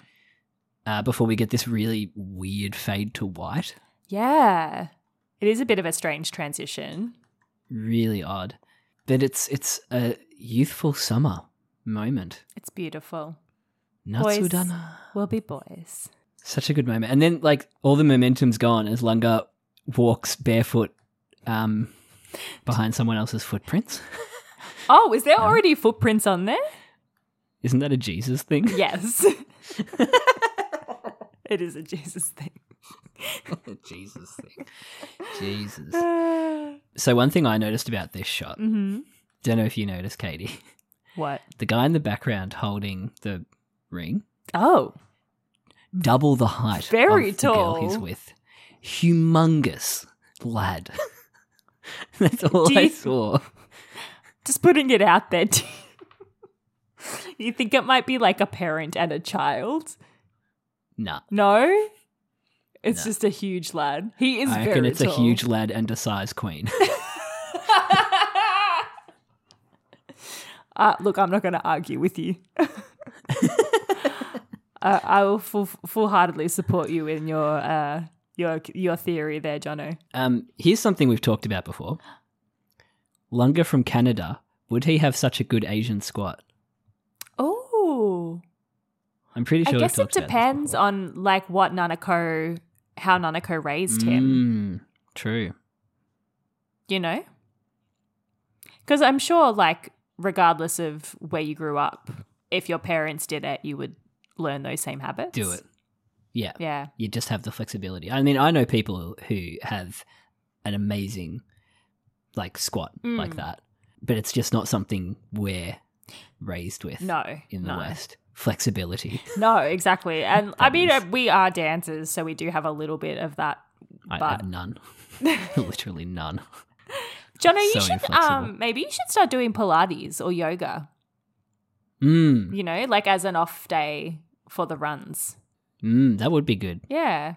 Speaker 2: Uh, before we get this really weird fade to white.
Speaker 3: Yeah. It is a bit of a strange transition.
Speaker 2: Really odd. But it's it's a youthful summer moment.
Speaker 3: It's beautiful. Boys.
Speaker 2: Natsudana.
Speaker 3: We'll be boys.
Speaker 2: Such a good moment. And then like all the momentum's gone as Lunga walks barefoot um behind someone else's footprints.
Speaker 3: Oh, is there already footprints on there?
Speaker 2: Isn't that a Jesus thing?
Speaker 3: Yes. it is a Jesus thing.
Speaker 2: Jesus thing. Jesus. So one thing I noticed about this shot,
Speaker 3: Mm-hmm.
Speaker 2: don't know if you noticed, Katie,
Speaker 3: What?
Speaker 2: the guy in the background holding the ring,
Speaker 3: Oh,
Speaker 2: double the height,
Speaker 3: Very
Speaker 2: of the girl he's
Speaker 3: tall.
Speaker 2: with, humongous lad. That's all
Speaker 3: Do
Speaker 2: I
Speaker 3: you-
Speaker 2: saw.
Speaker 3: just putting it out there. you think it might be like a parent and a child?
Speaker 2: Nah,
Speaker 3: No? It's
Speaker 2: No.
Speaker 3: just a huge lad. He is
Speaker 2: I reckon
Speaker 3: very
Speaker 2: it's
Speaker 3: tall.
Speaker 2: a huge lad and a size queen.
Speaker 3: Uh, look, I'm not going to argue with you. uh, I will full full heartedly support you in your uh, your your theory there, Jono.
Speaker 2: um, here's something we've talked about before. Lunga from Canada, would he have such a good Asian squat?
Speaker 3: Oh,
Speaker 2: I'm pretty sure
Speaker 3: I
Speaker 2: we've
Speaker 3: guess it
Speaker 2: talked about this before.
Speaker 3: depends on like what Nanako, how Nanako raised him.
Speaker 2: Mm, true.
Speaker 3: You know, because I'm sure, like, regardless of where you grew up, if your parents did it, you would learn those same habits.
Speaker 2: Do it. Yeah.
Speaker 3: Yeah.
Speaker 2: You just have the flexibility. I mean, I know people who have an amazing like squat like
Speaker 3: Mm.
Speaker 2: that, but it's just not something we're raised with
Speaker 3: No.
Speaker 2: in the
Speaker 3: no.
Speaker 2: West. Flexibility.
Speaker 3: No, exactly. And I
Speaker 2: That
Speaker 3: mean,
Speaker 2: is-
Speaker 3: uh, we are dancers, so we do have a little bit of that.
Speaker 2: I
Speaker 3: But-
Speaker 2: have none. Literally none.
Speaker 3: Jono, you
Speaker 2: So
Speaker 3: should
Speaker 2: inflexible.
Speaker 3: um, maybe you should start doing Pilates or yoga.
Speaker 2: Mm,
Speaker 3: You know, like as an off day for the runs.
Speaker 2: mm, that would be good.
Speaker 3: Yeah.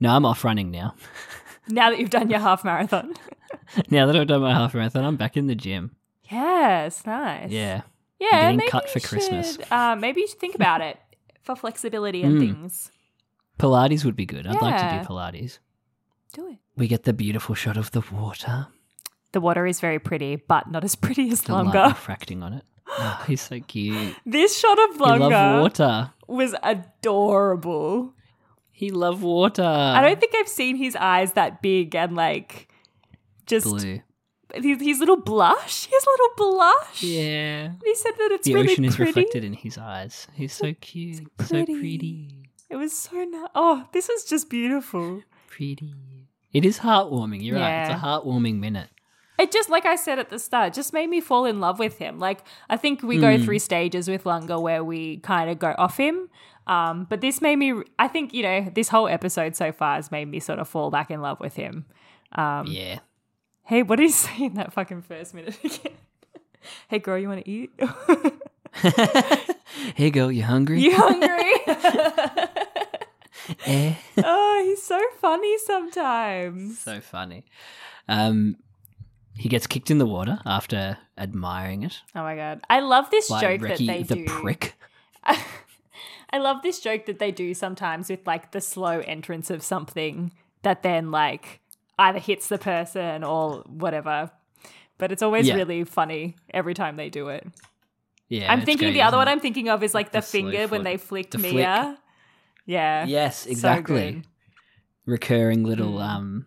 Speaker 2: No, I'm off running now.
Speaker 3: Now that you've done your half marathon.
Speaker 2: now that I've done my half marathon, I'm back in the gym.
Speaker 3: yes, nice.
Speaker 2: Yeah.
Speaker 3: Yeah.
Speaker 2: getting
Speaker 3: maybe
Speaker 2: cut
Speaker 3: you
Speaker 2: for Christmas.
Speaker 3: should, uh, maybe you should think about it for flexibility and
Speaker 2: Mm.
Speaker 3: things.
Speaker 2: Pilates would be good. I'd like to
Speaker 3: Yeah.
Speaker 2: do Pilates.
Speaker 3: Do it.
Speaker 2: We get the beautiful shot of the water.
Speaker 3: The water is very pretty, but not as pretty as
Speaker 2: the light
Speaker 3: Lunga.
Speaker 2: refracting on it. Oh, he's so cute.
Speaker 3: This shot of
Speaker 2: He love
Speaker 3: Lunga
Speaker 2: water.
Speaker 3: was adorable.
Speaker 2: He love water.
Speaker 3: I
Speaker 2: Um.
Speaker 3: don't think I've seen his eyes that big and like just
Speaker 2: blue.
Speaker 3: his, his little blush. His little blush.
Speaker 2: Yeah.
Speaker 3: He said that it's
Speaker 2: The
Speaker 3: really
Speaker 2: ocean is
Speaker 3: pretty.
Speaker 2: reflected in his eyes. He's so cute.
Speaker 3: pretty.
Speaker 2: So pretty.
Speaker 3: It was so nice. Oh, this was just beautiful.
Speaker 2: Pretty. It is heartwarming. You're right. It's a
Speaker 3: Yeah.
Speaker 2: heartwarming minute.
Speaker 3: It just, like I said at the start, just made me fall in love with him. Like, I think we go
Speaker 2: Hmm.
Speaker 3: through stages with Lunga where we kind of go off him. Um, but this made me, I think, you know, this whole episode so far has made me sort of fall back in love with him. Um,
Speaker 2: Yeah.
Speaker 3: Hey, what did he say in that fucking first minute again? hey, girl, you want to eat?
Speaker 2: Hey girl, you hungry?
Speaker 3: you hungry?
Speaker 2: Eh.
Speaker 3: oh, he's so funny sometimes.
Speaker 2: so funny. Um he gets kicked in the water after admiring it
Speaker 3: Oh my god. I love this
Speaker 2: by
Speaker 3: joke
Speaker 2: Reki
Speaker 3: that
Speaker 2: the
Speaker 3: they do.
Speaker 2: prick.
Speaker 3: I love this joke that they do sometimes with like the slow entrance of something that then like either hits the person or whatever. But it's always
Speaker 2: Yeah.
Speaker 3: really funny every time they do it.
Speaker 2: Yeah,
Speaker 3: I'm
Speaker 2: it's
Speaker 3: thinking
Speaker 2: great,
Speaker 3: the other
Speaker 2: isn't
Speaker 3: one
Speaker 2: it?
Speaker 3: I'm thinking of is like the,
Speaker 2: The slow
Speaker 3: finger when
Speaker 2: foot.
Speaker 3: they flicked
Speaker 2: The flick.
Speaker 3: Mia. Yeah.
Speaker 2: Yes,
Speaker 3: So
Speaker 2: exactly.
Speaker 3: good.
Speaker 2: recurring little
Speaker 3: Mm.
Speaker 2: um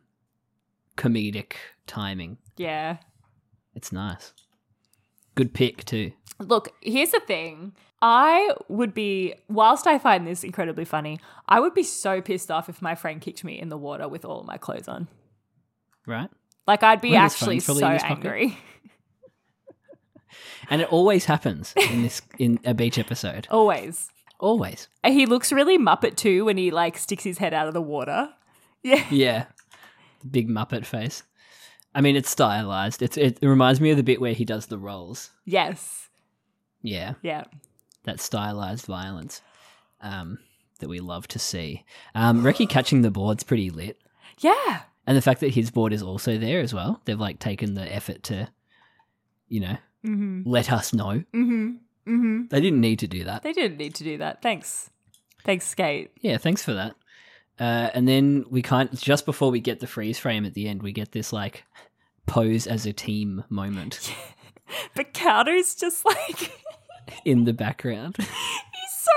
Speaker 2: comedic timing.
Speaker 3: yeah.
Speaker 2: It's nice. Good pick too.
Speaker 3: Look, here's the thing. I would be, whilst I find this incredibly funny, I would be so pissed off if my friend kicked me in the water with all my clothes on.
Speaker 2: Right?
Speaker 3: Like, I'd be
Speaker 2: One of his
Speaker 3: actually
Speaker 2: phone's
Speaker 3: so
Speaker 2: probably in his pocket.
Speaker 3: angry.
Speaker 2: And it always happens in this in a beach episode.
Speaker 3: Always.
Speaker 2: Always.
Speaker 3: And He looks really Muppet too when he like sticks his head out of the water. Yeah.
Speaker 2: Yeah. Big Muppet face. I mean it's stylized. It's it reminds me of the bit where he does the rolls.
Speaker 3: Yes.
Speaker 2: Yeah.
Speaker 3: Yeah.
Speaker 2: That stylized violence. Um that we love to see. Um Reki catching the board's pretty lit.
Speaker 3: Yeah.
Speaker 2: And the fact that his board is also there as well. They've like taken the effort to, you know,
Speaker 3: Mm-hmm.
Speaker 2: let us know.
Speaker 3: Mm-hmm. Mm-hmm.
Speaker 2: They didn't need to do that.
Speaker 3: They didn't need to do that. Thanks. Thanks, Skate.
Speaker 2: Yeah, thanks for that. Uh, and then we kind just before we get the freeze frame at the end, we get this like pose as a team moment
Speaker 3: But Cowder's just like he's
Speaker 2: in the background.
Speaker 3: so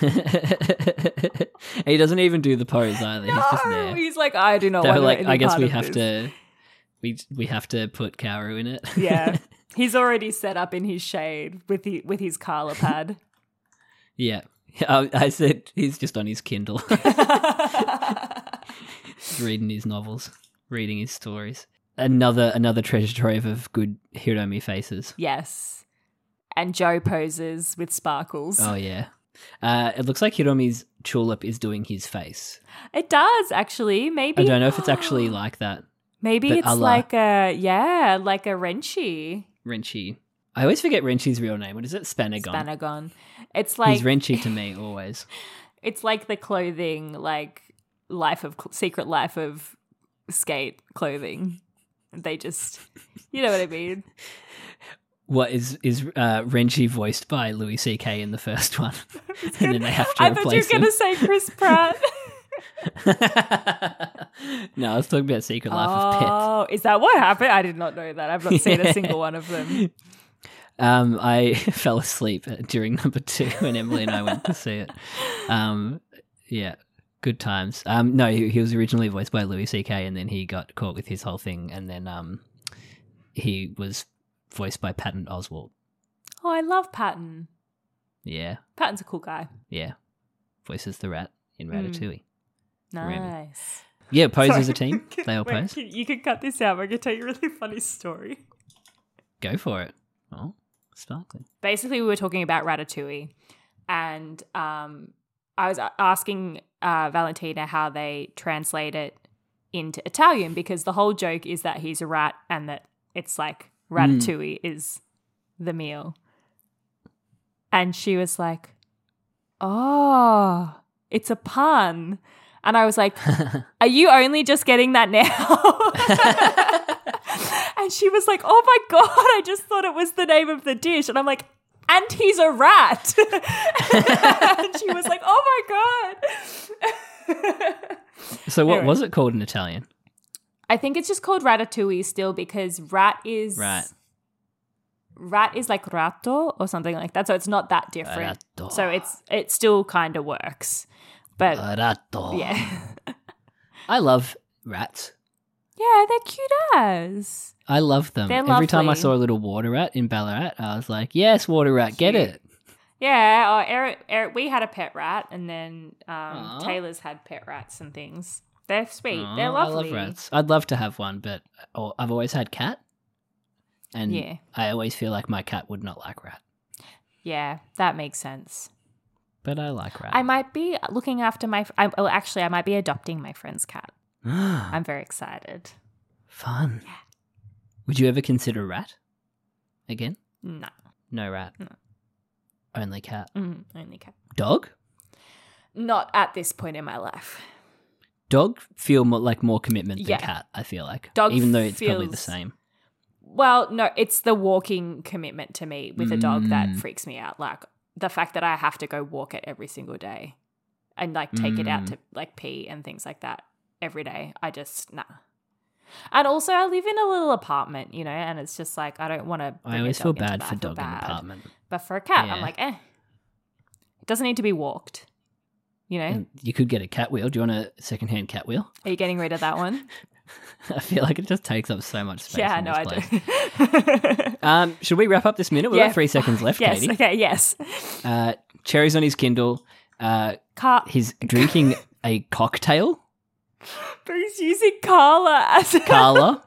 Speaker 3: tiny up the back.
Speaker 2: And he doesn't even do the pose either. He's just
Speaker 3: no,
Speaker 2: there.
Speaker 3: he's like, I do not
Speaker 2: They're
Speaker 3: want
Speaker 2: like,
Speaker 3: any
Speaker 2: I guess
Speaker 3: part
Speaker 2: we
Speaker 3: of
Speaker 2: have
Speaker 3: this.
Speaker 2: to, we we have to put Kaoru in it.
Speaker 3: yeah. He's already set up in his shade with the, with his Carla pad.
Speaker 2: yeah. I, I said he's just on his Kindle, Just reading his novels, reading his stories. Another another treasure trove of good Hiromi faces.
Speaker 3: yes. And Joe poses with sparkles.
Speaker 2: Oh yeah. Uh, it looks like Hiromi's tulip is doing his face.
Speaker 3: It does actually. Maybe
Speaker 2: I don't know if it's actually like that.
Speaker 3: Maybe
Speaker 2: But
Speaker 3: it's
Speaker 2: Allah.
Speaker 3: like a yeah, like a Renchi
Speaker 2: Renchi. I always forget Renchi's real name. What is it? Spanagon.
Speaker 3: Spanagon. It's like
Speaker 2: He's Renchi to me always.
Speaker 3: it's like the clothing, like life of secret life of skate clothing. They just, you know what I mean.
Speaker 2: What is is uh, Renchi voiced by Louis C.K. in the first one, and then they have to
Speaker 3: I thought you
Speaker 2: replace
Speaker 3: were gonna say Chris Pratt.
Speaker 2: him. no, I was talking about Secret Life of Pets.
Speaker 3: oh, is that what happened? I did not know that. I've not seen a single one of them.
Speaker 2: Um, I fell asleep during number two when Emily and I went to see it. Um, yeah, good times. Um, no, he, he was originally voiced by Louis C.K. and then he got caught with his whole thing, and then um, he was voiced by Patton Oswalt.
Speaker 3: Oh, I love Patton.
Speaker 2: Yeah,
Speaker 3: Patton's a cool guy.
Speaker 2: yeah, voices the rat in Ratatouille. Really?
Speaker 3: Nice.
Speaker 2: Yeah, pose as a
Speaker 3: Hmm. Sorry.
Speaker 2: team. They all
Speaker 3: Wait,
Speaker 2: pose.
Speaker 3: can- You can cut this out. We're gonna tell you a really funny story.
Speaker 2: Go for it. Oh, sparkling.
Speaker 3: basically we were talking about ratatouille and um, i was a- asking uh, valentina how they translate it into italian because the whole joke is that he's a rat and that it's like
Speaker 2: Hmm.
Speaker 3: ratatouille is the meal and she was like oh it's a pun and i was like are you only just getting that now? and she was like, oh my God, I just thought it was the name of the dish. And I'm like, and he's a rat. and she was like, oh my God.
Speaker 2: So, what
Speaker 3: Anyway.
Speaker 2: was it called in Italian?
Speaker 3: I think it's just called ratatouille still because rat is.
Speaker 2: Right.
Speaker 3: Rat is like ratto or something like that. So it's not that different.
Speaker 2: Ratto.
Speaker 3: So it's it still kind of works. But
Speaker 2: Ratto.
Speaker 3: yeah.
Speaker 2: I love rats.
Speaker 3: Yeah, they're cute as.
Speaker 2: I love them.
Speaker 3: They're
Speaker 2: Every time I
Speaker 3: lovely.
Speaker 2: saw a little water rat in Ballarat, I was like, "Yes, water rat, get
Speaker 3: Cute.
Speaker 2: it."
Speaker 3: Yeah, or Eric, Eric, we had a pet rat, and then um,
Speaker 2: Aw.
Speaker 3: Taylor's had pet rats and things. They're sweet.
Speaker 2: Aw,
Speaker 3: They're lovely.
Speaker 2: I love rats. I'd love to have one, but oh, I've always had cat, and
Speaker 3: Yeah.
Speaker 2: I always feel like my cat would not like rat,
Speaker 3: Yeah, that makes sense.
Speaker 2: but I like rat.
Speaker 3: I might be looking after my. I, well, actually, I might be adopting my friend's cat. I'm very excited.
Speaker 2: Fun. Would you ever consider rat again?
Speaker 3: No,
Speaker 2: No rat. Only cat.
Speaker 3: mm, only cat.
Speaker 2: Dog.
Speaker 3: Not at this point in my life.
Speaker 2: Dog feel more like more commitment than
Speaker 3: Yeah.
Speaker 2: cat. I feel like
Speaker 3: Dog
Speaker 2: even though it's probably the
Speaker 3: feels-
Speaker 2: same.
Speaker 3: Well, no, it's the walking commitment to me with a dog
Speaker 2: Mm.
Speaker 3: that freaks me out. Like the fact that I have to go walk it every single day and like take it
Speaker 2: Mm.
Speaker 3: out to like pee and things like that every day. I just, nah. And also, I live in a little apartment, you know, and it's just like, I don't want to.
Speaker 2: I always feel bad for dog in the apartment.
Speaker 3: But for a cat, I'm
Speaker 2: Yeah.
Speaker 3: like, eh. It doesn't need to be walked. You know,
Speaker 2: And You could get a cat wheel. Do you want a secondhand cat wheel?
Speaker 3: are you getting rid of that one?
Speaker 2: I feel like it just takes up so much space.
Speaker 3: yeah,
Speaker 2: in
Speaker 3: no,
Speaker 2: this
Speaker 3: I
Speaker 2: place.
Speaker 3: do.
Speaker 2: Um, should we wrap up this minute? We've
Speaker 3: Yeah.
Speaker 2: got three seconds left,
Speaker 3: yes,
Speaker 2: Katie.
Speaker 3: okay, yes.
Speaker 2: Uh, Cherry's on his Kindle. Uh,
Speaker 3: Car-
Speaker 2: he's drinking a cocktail.
Speaker 3: But he's using Carla as a,
Speaker 2: Carla,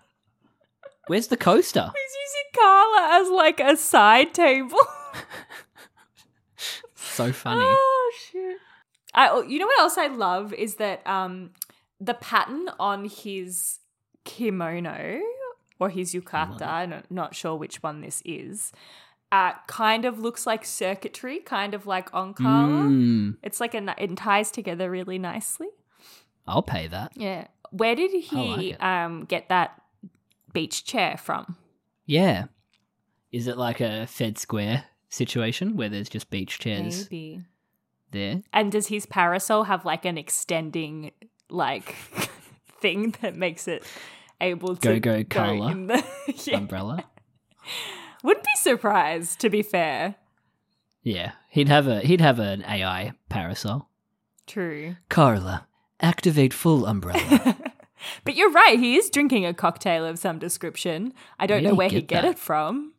Speaker 2: where's the coaster?
Speaker 3: he's using Carla as like a side table.
Speaker 2: So funny.
Speaker 3: oh shit! I oh, you know what else I love is that um the pattern on his kimono or his yukata, I'm not- not sure which one this is. Uh, kind of looks like circuitry, kind of like on Carla.
Speaker 2: Mm,
Speaker 3: It's like a, ni- it ties together really nicely.
Speaker 2: I'll pay that.
Speaker 3: Yeah. Where did he
Speaker 2: like it.
Speaker 3: um get that beach chair from?
Speaker 2: Yeah. Is it like a Fed Square situation where there's just beach chairs
Speaker 3: Maybe.
Speaker 2: there?
Speaker 3: And does his parasol have like an extending like thing that makes it able to
Speaker 2: Go-go Carla
Speaker 3: in the yeah.
Speaker 2: Umbrella.
Speaker 3: Wouldn't be surprised, to be fair.
Speaker 2: Yeah. He'd have a he'd have an AI parasol.
Speaker 3: True.
Speaker 2: Carla, activate full umbrella.
Speaker 3: But you're right, he is drinking a cocktail of some description. I don't
Speaker 2: Where
Speaker 3: know
Speaker 2: did he
Speaker 3: where he
Speaker 2: get
Speaker 3: get
Speaker 2: that?
Speaker 3: it from.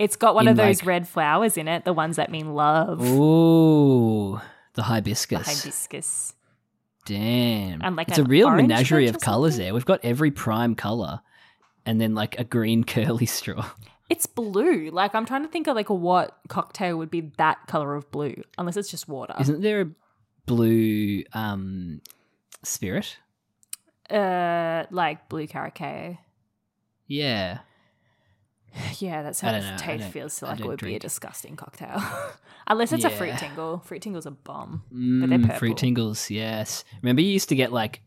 Speaker 3: It's got one
Speaker 2: In,
Speaker 3: of those
Speaker 2: like-
Speaker 3: red flowers in it, the ones that mean love.
Speaker 2: Ooh. The hibiscus.
Speaker 3: Hibiscus.
Speaker 2: Damn.
Speaker 3: And, like,
Speaker 2: it's
Speaker 3: an
Speaker 2: a real
Speaker 3: orange
Speaker 2: menagerie
Speaker 3: wedge
Speaker 2: of
Speaker 3: or
Speaker 2: colours
Speaker 3: something?
Speaker 2: there. We've got every prime colour and then like a green curly straw.
Speaker 3: It's blue. Like I'm trying to think of like what cocktail would be that color of blue, unless it's just water.
Speaker 2: Isn't there a blue um spirit?
Speaker 3: uh, like blue caracao.
Speaker 2: Yeah.
Speaker 3: Yeah, that
Speaker 2: I don't
Speaker 3: sounds.
Speaker 2: know, I
Speaker 3: Toad
Speaker 2: don't-
Speaker 3: feels
Speaker 2: I
Speaker 3: like it
Speaker 2: don't
Speaker 3: would be a
Speaker 2: drink.
Speaker 3: disgusting cocktail, unless it's a fruit
Speaker 2: Yeah.
Speaker 3: tingle. Fruit tingle's a bomb,
Speaker 2: Mm,
Speaker 3: but they're purple.
Speaker 2: Fruit tingles, yes. Remember you used to get like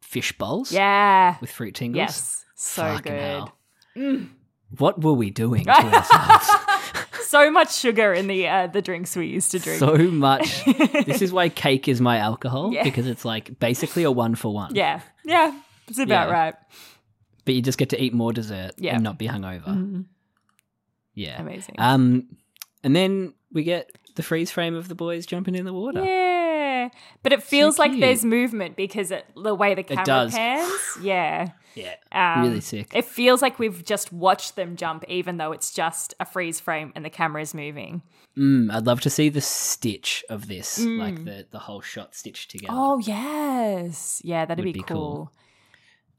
Speaker 2: fish bowls?
Speaker 3: Yeah.
Speaker 2: With fruit tingles?
Speaker 3: Yes. So
Speaker 2: Fucking
Speaker 3: good.
Speaker 2: hell. What were we doing to ourselves?
Speaker 3: So much sugar in the uh, the drinks we used to drink.
Speaker 2: so much. this is why cake is my alcohol
Speaker 3: Yeah.
Speaker 2: because it's like basically a one for one.
Speaker 3: yeah. Yeah. It's about
Speaker 2: Yeah.
Speaker 3: right.
Speaker 2: But you just get to eat more dessert
Speaker 3: Yeah. Mm-hmm.
Speaker 2: and not be hungover. Yeah.
Speaker 3: Amazing.
Speaker 2: Um, and then we get the freeze frame of the boys jumping in the water.
Speaker 3: Yeah. But it feels like
Speaker 2: cute.
Speaker 3: there's movement because it, the way the camera
Speaker 2: does.
Speaker 3: pans. Yeah.
Speaker 2: Yeah.
Speaker 3: Um,
Speaker 2: Really sick.
Speaker 3: It feels like we've just watched them jump, even though it's just a freeze frame and the camera is moving.
Speaker 2: Mm, I'd love to see the stitch of this, like the, the whole shot stitched together.
Speaker 3: Mm. Oh, yes. Yeah, that'd
Speaker 2: Would
Speaker 3: be,
Speaker 2: be cool.
Speaker 3: cool.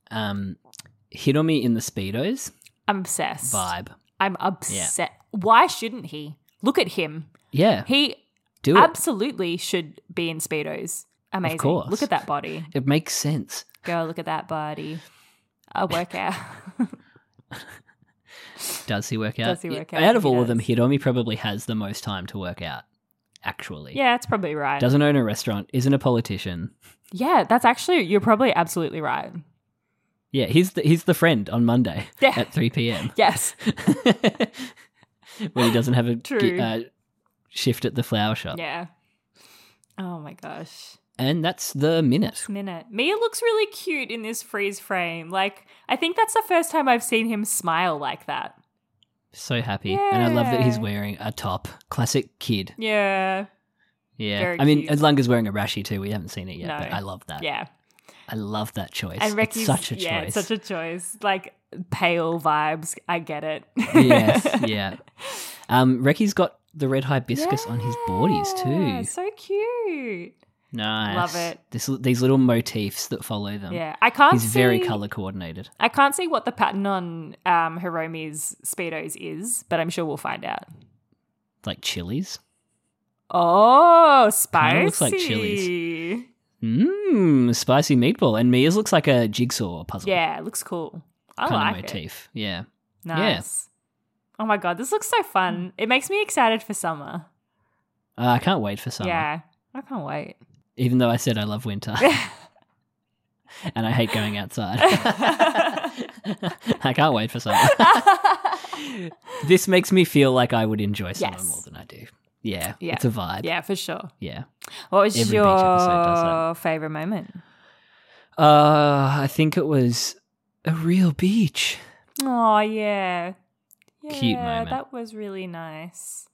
Speaker 2: Um, Hiromi in the Speedos
Speaker 3: I'm obsessed.
Speaker 2: vibe.
Speaker 3: I'm upset. Why shouldn't he? Look at him.
Speaker 2: Yeah.
Speaker 3: He
Speaker 2: do it.
Speaker 3: absolutely should be in Speedos. Amazing.
Speaker 2: course.
Speaker 3: Look at that body.
Speaker 2: It makes sense.
Speaker 3: Girl, look at that body. A workout.
Speaker 2: Does he work out?
Speaker 3: Does he
Speaker 2: Yeah,
Speaker 3: work out?
Speaker 2: Out of
Speaker 3: He
Speaker 2: all of them,
Speaker 3: does.
Speaker 2: Hiromi probably has the most time to work out, actually.
Speaker 3: yeah, that's probably right.
Speaker 2: Doesn't own a restaurant, isn't a politician.
Speaker 3: yeah, that's actually, you're probably absolutely right.
Speaker 2: Yeah, he's the, he's the friend on Monday
Speaker 3: Yeah.
Speaker 2: at 3 p.m.
Speaker 3: Yes.
Speaker 2: when he doesn't have a gi-
Speaker 3: True.
Speaker 2: uh, shift at the flower shop.
Speaker 3: Yeah. Oh my gosh.
Speaker 2: And that's the minute.
Speaker 3: Minute. Mia looks really cute in this freeze frame. Like, I think that's the first time I've seen him smile like that.
Speaker 2: So happy. And I love that he's
Speaker 3: Yeah.
Speaker 2: wearing a top. Classic kid.
Speaker 3: Yeah.
Speaker 2: Yeah.
Speaker 3: Very
Speaker 2: I mean,
Speaker 3: cute.
Speaker 2: Lunga's wearing a rashi too. We haven't seen it yet,
Speaker 3: No.
Speaker 2: but I love that.
Speaker 3: Yeah.
Speaker 2: I love that choice.
Speaker 3: And Ricky's
Speaker 2: it's such a choice.
Speaker 3: Yeah, it's such a choice. Like pale vibes. I get it.
Speaker 2: yes, yeah. Um, Reki's got the red hibiscus on his bodies
Speaker 3: Yeah,
Speaker 2: too.
Speaker 3: So cute.
Speaker 2: Nice,
Speaker 3: it.
Speaker 2: This, these little motifs that follow them.
Speaker 3: Yeah. I can't
Speaker 2: he's very
Speaker 3: see-
Speaker 2: color coordinated.
Speaker 3: I can't see what the pattern on um, Hiromi's Speedos is, but I'm sure we'll find out.
Speaker 2: Like chilies.
Speaker 3: Oh, spicy.
Speaker 2: Kinda looks like Mmm, spicy meatball. And Mia's looks like a jigsaw puzzle
Speaker 3: Yeah, it looks cool. I
Speaker 2: kind
Speaker 3: like
Speaker 2: of
Speaker 3: it.
Speaker 2: motif. Yeah.
Speaker 3: Nice. Oh my god, this looks so fun. It makes me excited for summer.
Speaker 2: Uh, I can't wait for summer.
Speaker 3: Yeah. I can't wait.
Speaker 2: Even though I said I love winter. and I hate going outside. I can't wait for summer. this makes me feel like I would enjoy summer
Speaker 3: Yes.
Speaker 2: more than I do. Yeah,
Speaker 3: Yeah.
Speaker 2: It's a vibe.
Speaker 3: Yeah, for sure.
Speaker 2: Yeah.
Speaker 3: What was
Speaker 2: Every beach
Speaker 3: your
Speaker 2: episode does that.
Speaker 3: favorite moment?
Speaker 2: Uh, I think it was a real beach.
Speaker 3: Oh yeah, yeah,
Speaker 2: Cute moment. Hmm.
Speaker 3: that was really nice.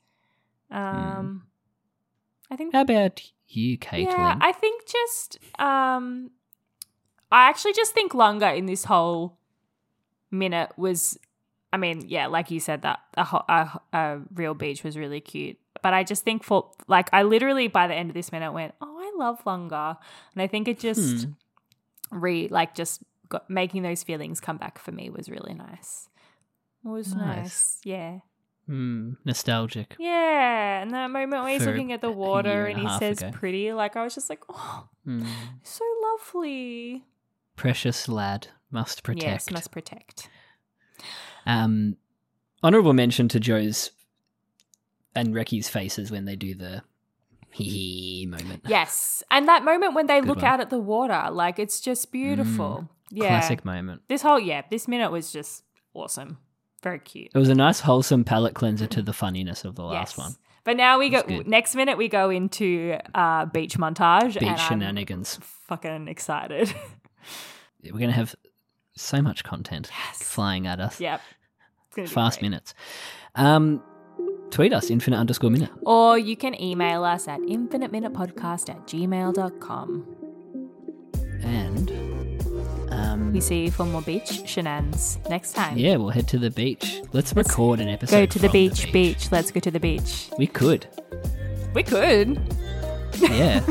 Speaker 3: Um, I think
Speaker 2: How about you, Caitlin?
Speaker 3: yeah, I think just um, I actually just think Lunga in this whole minute was, I mean, yeah, like you said that a, ho- a, ho- a real beach was really cute, but I just think for like I literally by the end of this minute went, oh, I love Lunga, and I think it just
Speaker 2: Hmm.
Speaker 3: re like just got, making those feelings come back for me was really nice. It was nice.
Speaker 2: Nice.
Speaker 3: yeah,
Speaker 2: Hmm, nostalgic.
Speaker 3: yeah. And that moment where he's
Speaker 2: For
Speaker 3: looking at
Speaker 2: a
Speaker 3: the
Speaker 2: year
Speaker 3: water
Speaker 2: and
Speaker 3: and
Speaker 2: a
Speaker 3: he
Speaker 2: half
Speaker 3: says
Speaker 2: ago.
Speaker 3: "pretty," like I was just like, oh,
Speaker 2: Hmm.
Speaker 3: so lovely.
Speaker 2: Precious lad must protect.
Speaker 3: Yes, must protect.
Speaker 2: Um, honorable mention to Joe's and Reki's faces when they do the hee moment.
Speaker 3: Yes. And that moment when they
Speaker 2: Good
Speaker 3: look
Speaker 2: one. Mm.
Speaker 3: out at the water, like it's just beautiful. yeah.
Speaker 2: Classic moment.
Speaker 3: This whole, yeah, this minute was just awesome. Very cute.
Speaker 2: It was a nice wholesome palate cleanser to the funniness of the last
Speaker 3: Yes.
Speaker 2: one.
Speaker 3: But now we go,
Speaker 2: That's good.
Speaker 3: next minute we go into uh, beach montage.
Speaker 2: Beach
Speaker 3: and I'm
Speaker 2: shenanigans.
Speaker 3: Fucking excited.
Speaker 2: We're gonna have so much content flying at us.
Speaker 3: yep. It's gonna be
Speaker 2: Fast
Speaker 3: great.
Speaker 2: minutes. Um, tweet us infinite underscore minute.
Speaker 3: Or you can email us at infiniteminutepodcast at gmail.com.
Speaker 2: And
Speaker 3: We
Speaker 2: um,
Speaker 3: see you for more beach shenanigans next time.
Speaker 2: yeah, we'll head to the beach. Let's record an episode.
Speaker 3: Go to the
Speaker 2: from
Speaker 3: beach, beach, Let's go to the beach.
Speaker 2: We could.
Speaker 3: We could.
Speaker 2: Yeah.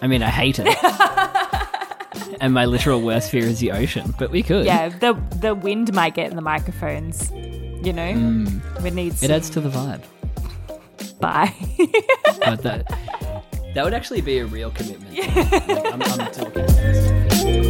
Speaker 2: I mean, I hate it. and my literal worst fear is the ocean, but we could.
Speaker 3: Yeah, the the wind might get in the microphones. You know, we need.
Speaker 2: It
Speaker 3: Some...
Speaker 2: adds to the vibe.
Speaker 3: Bye.
Speaker 2: But that, that would actually be a real commitment. Like, I'm, I'm talking.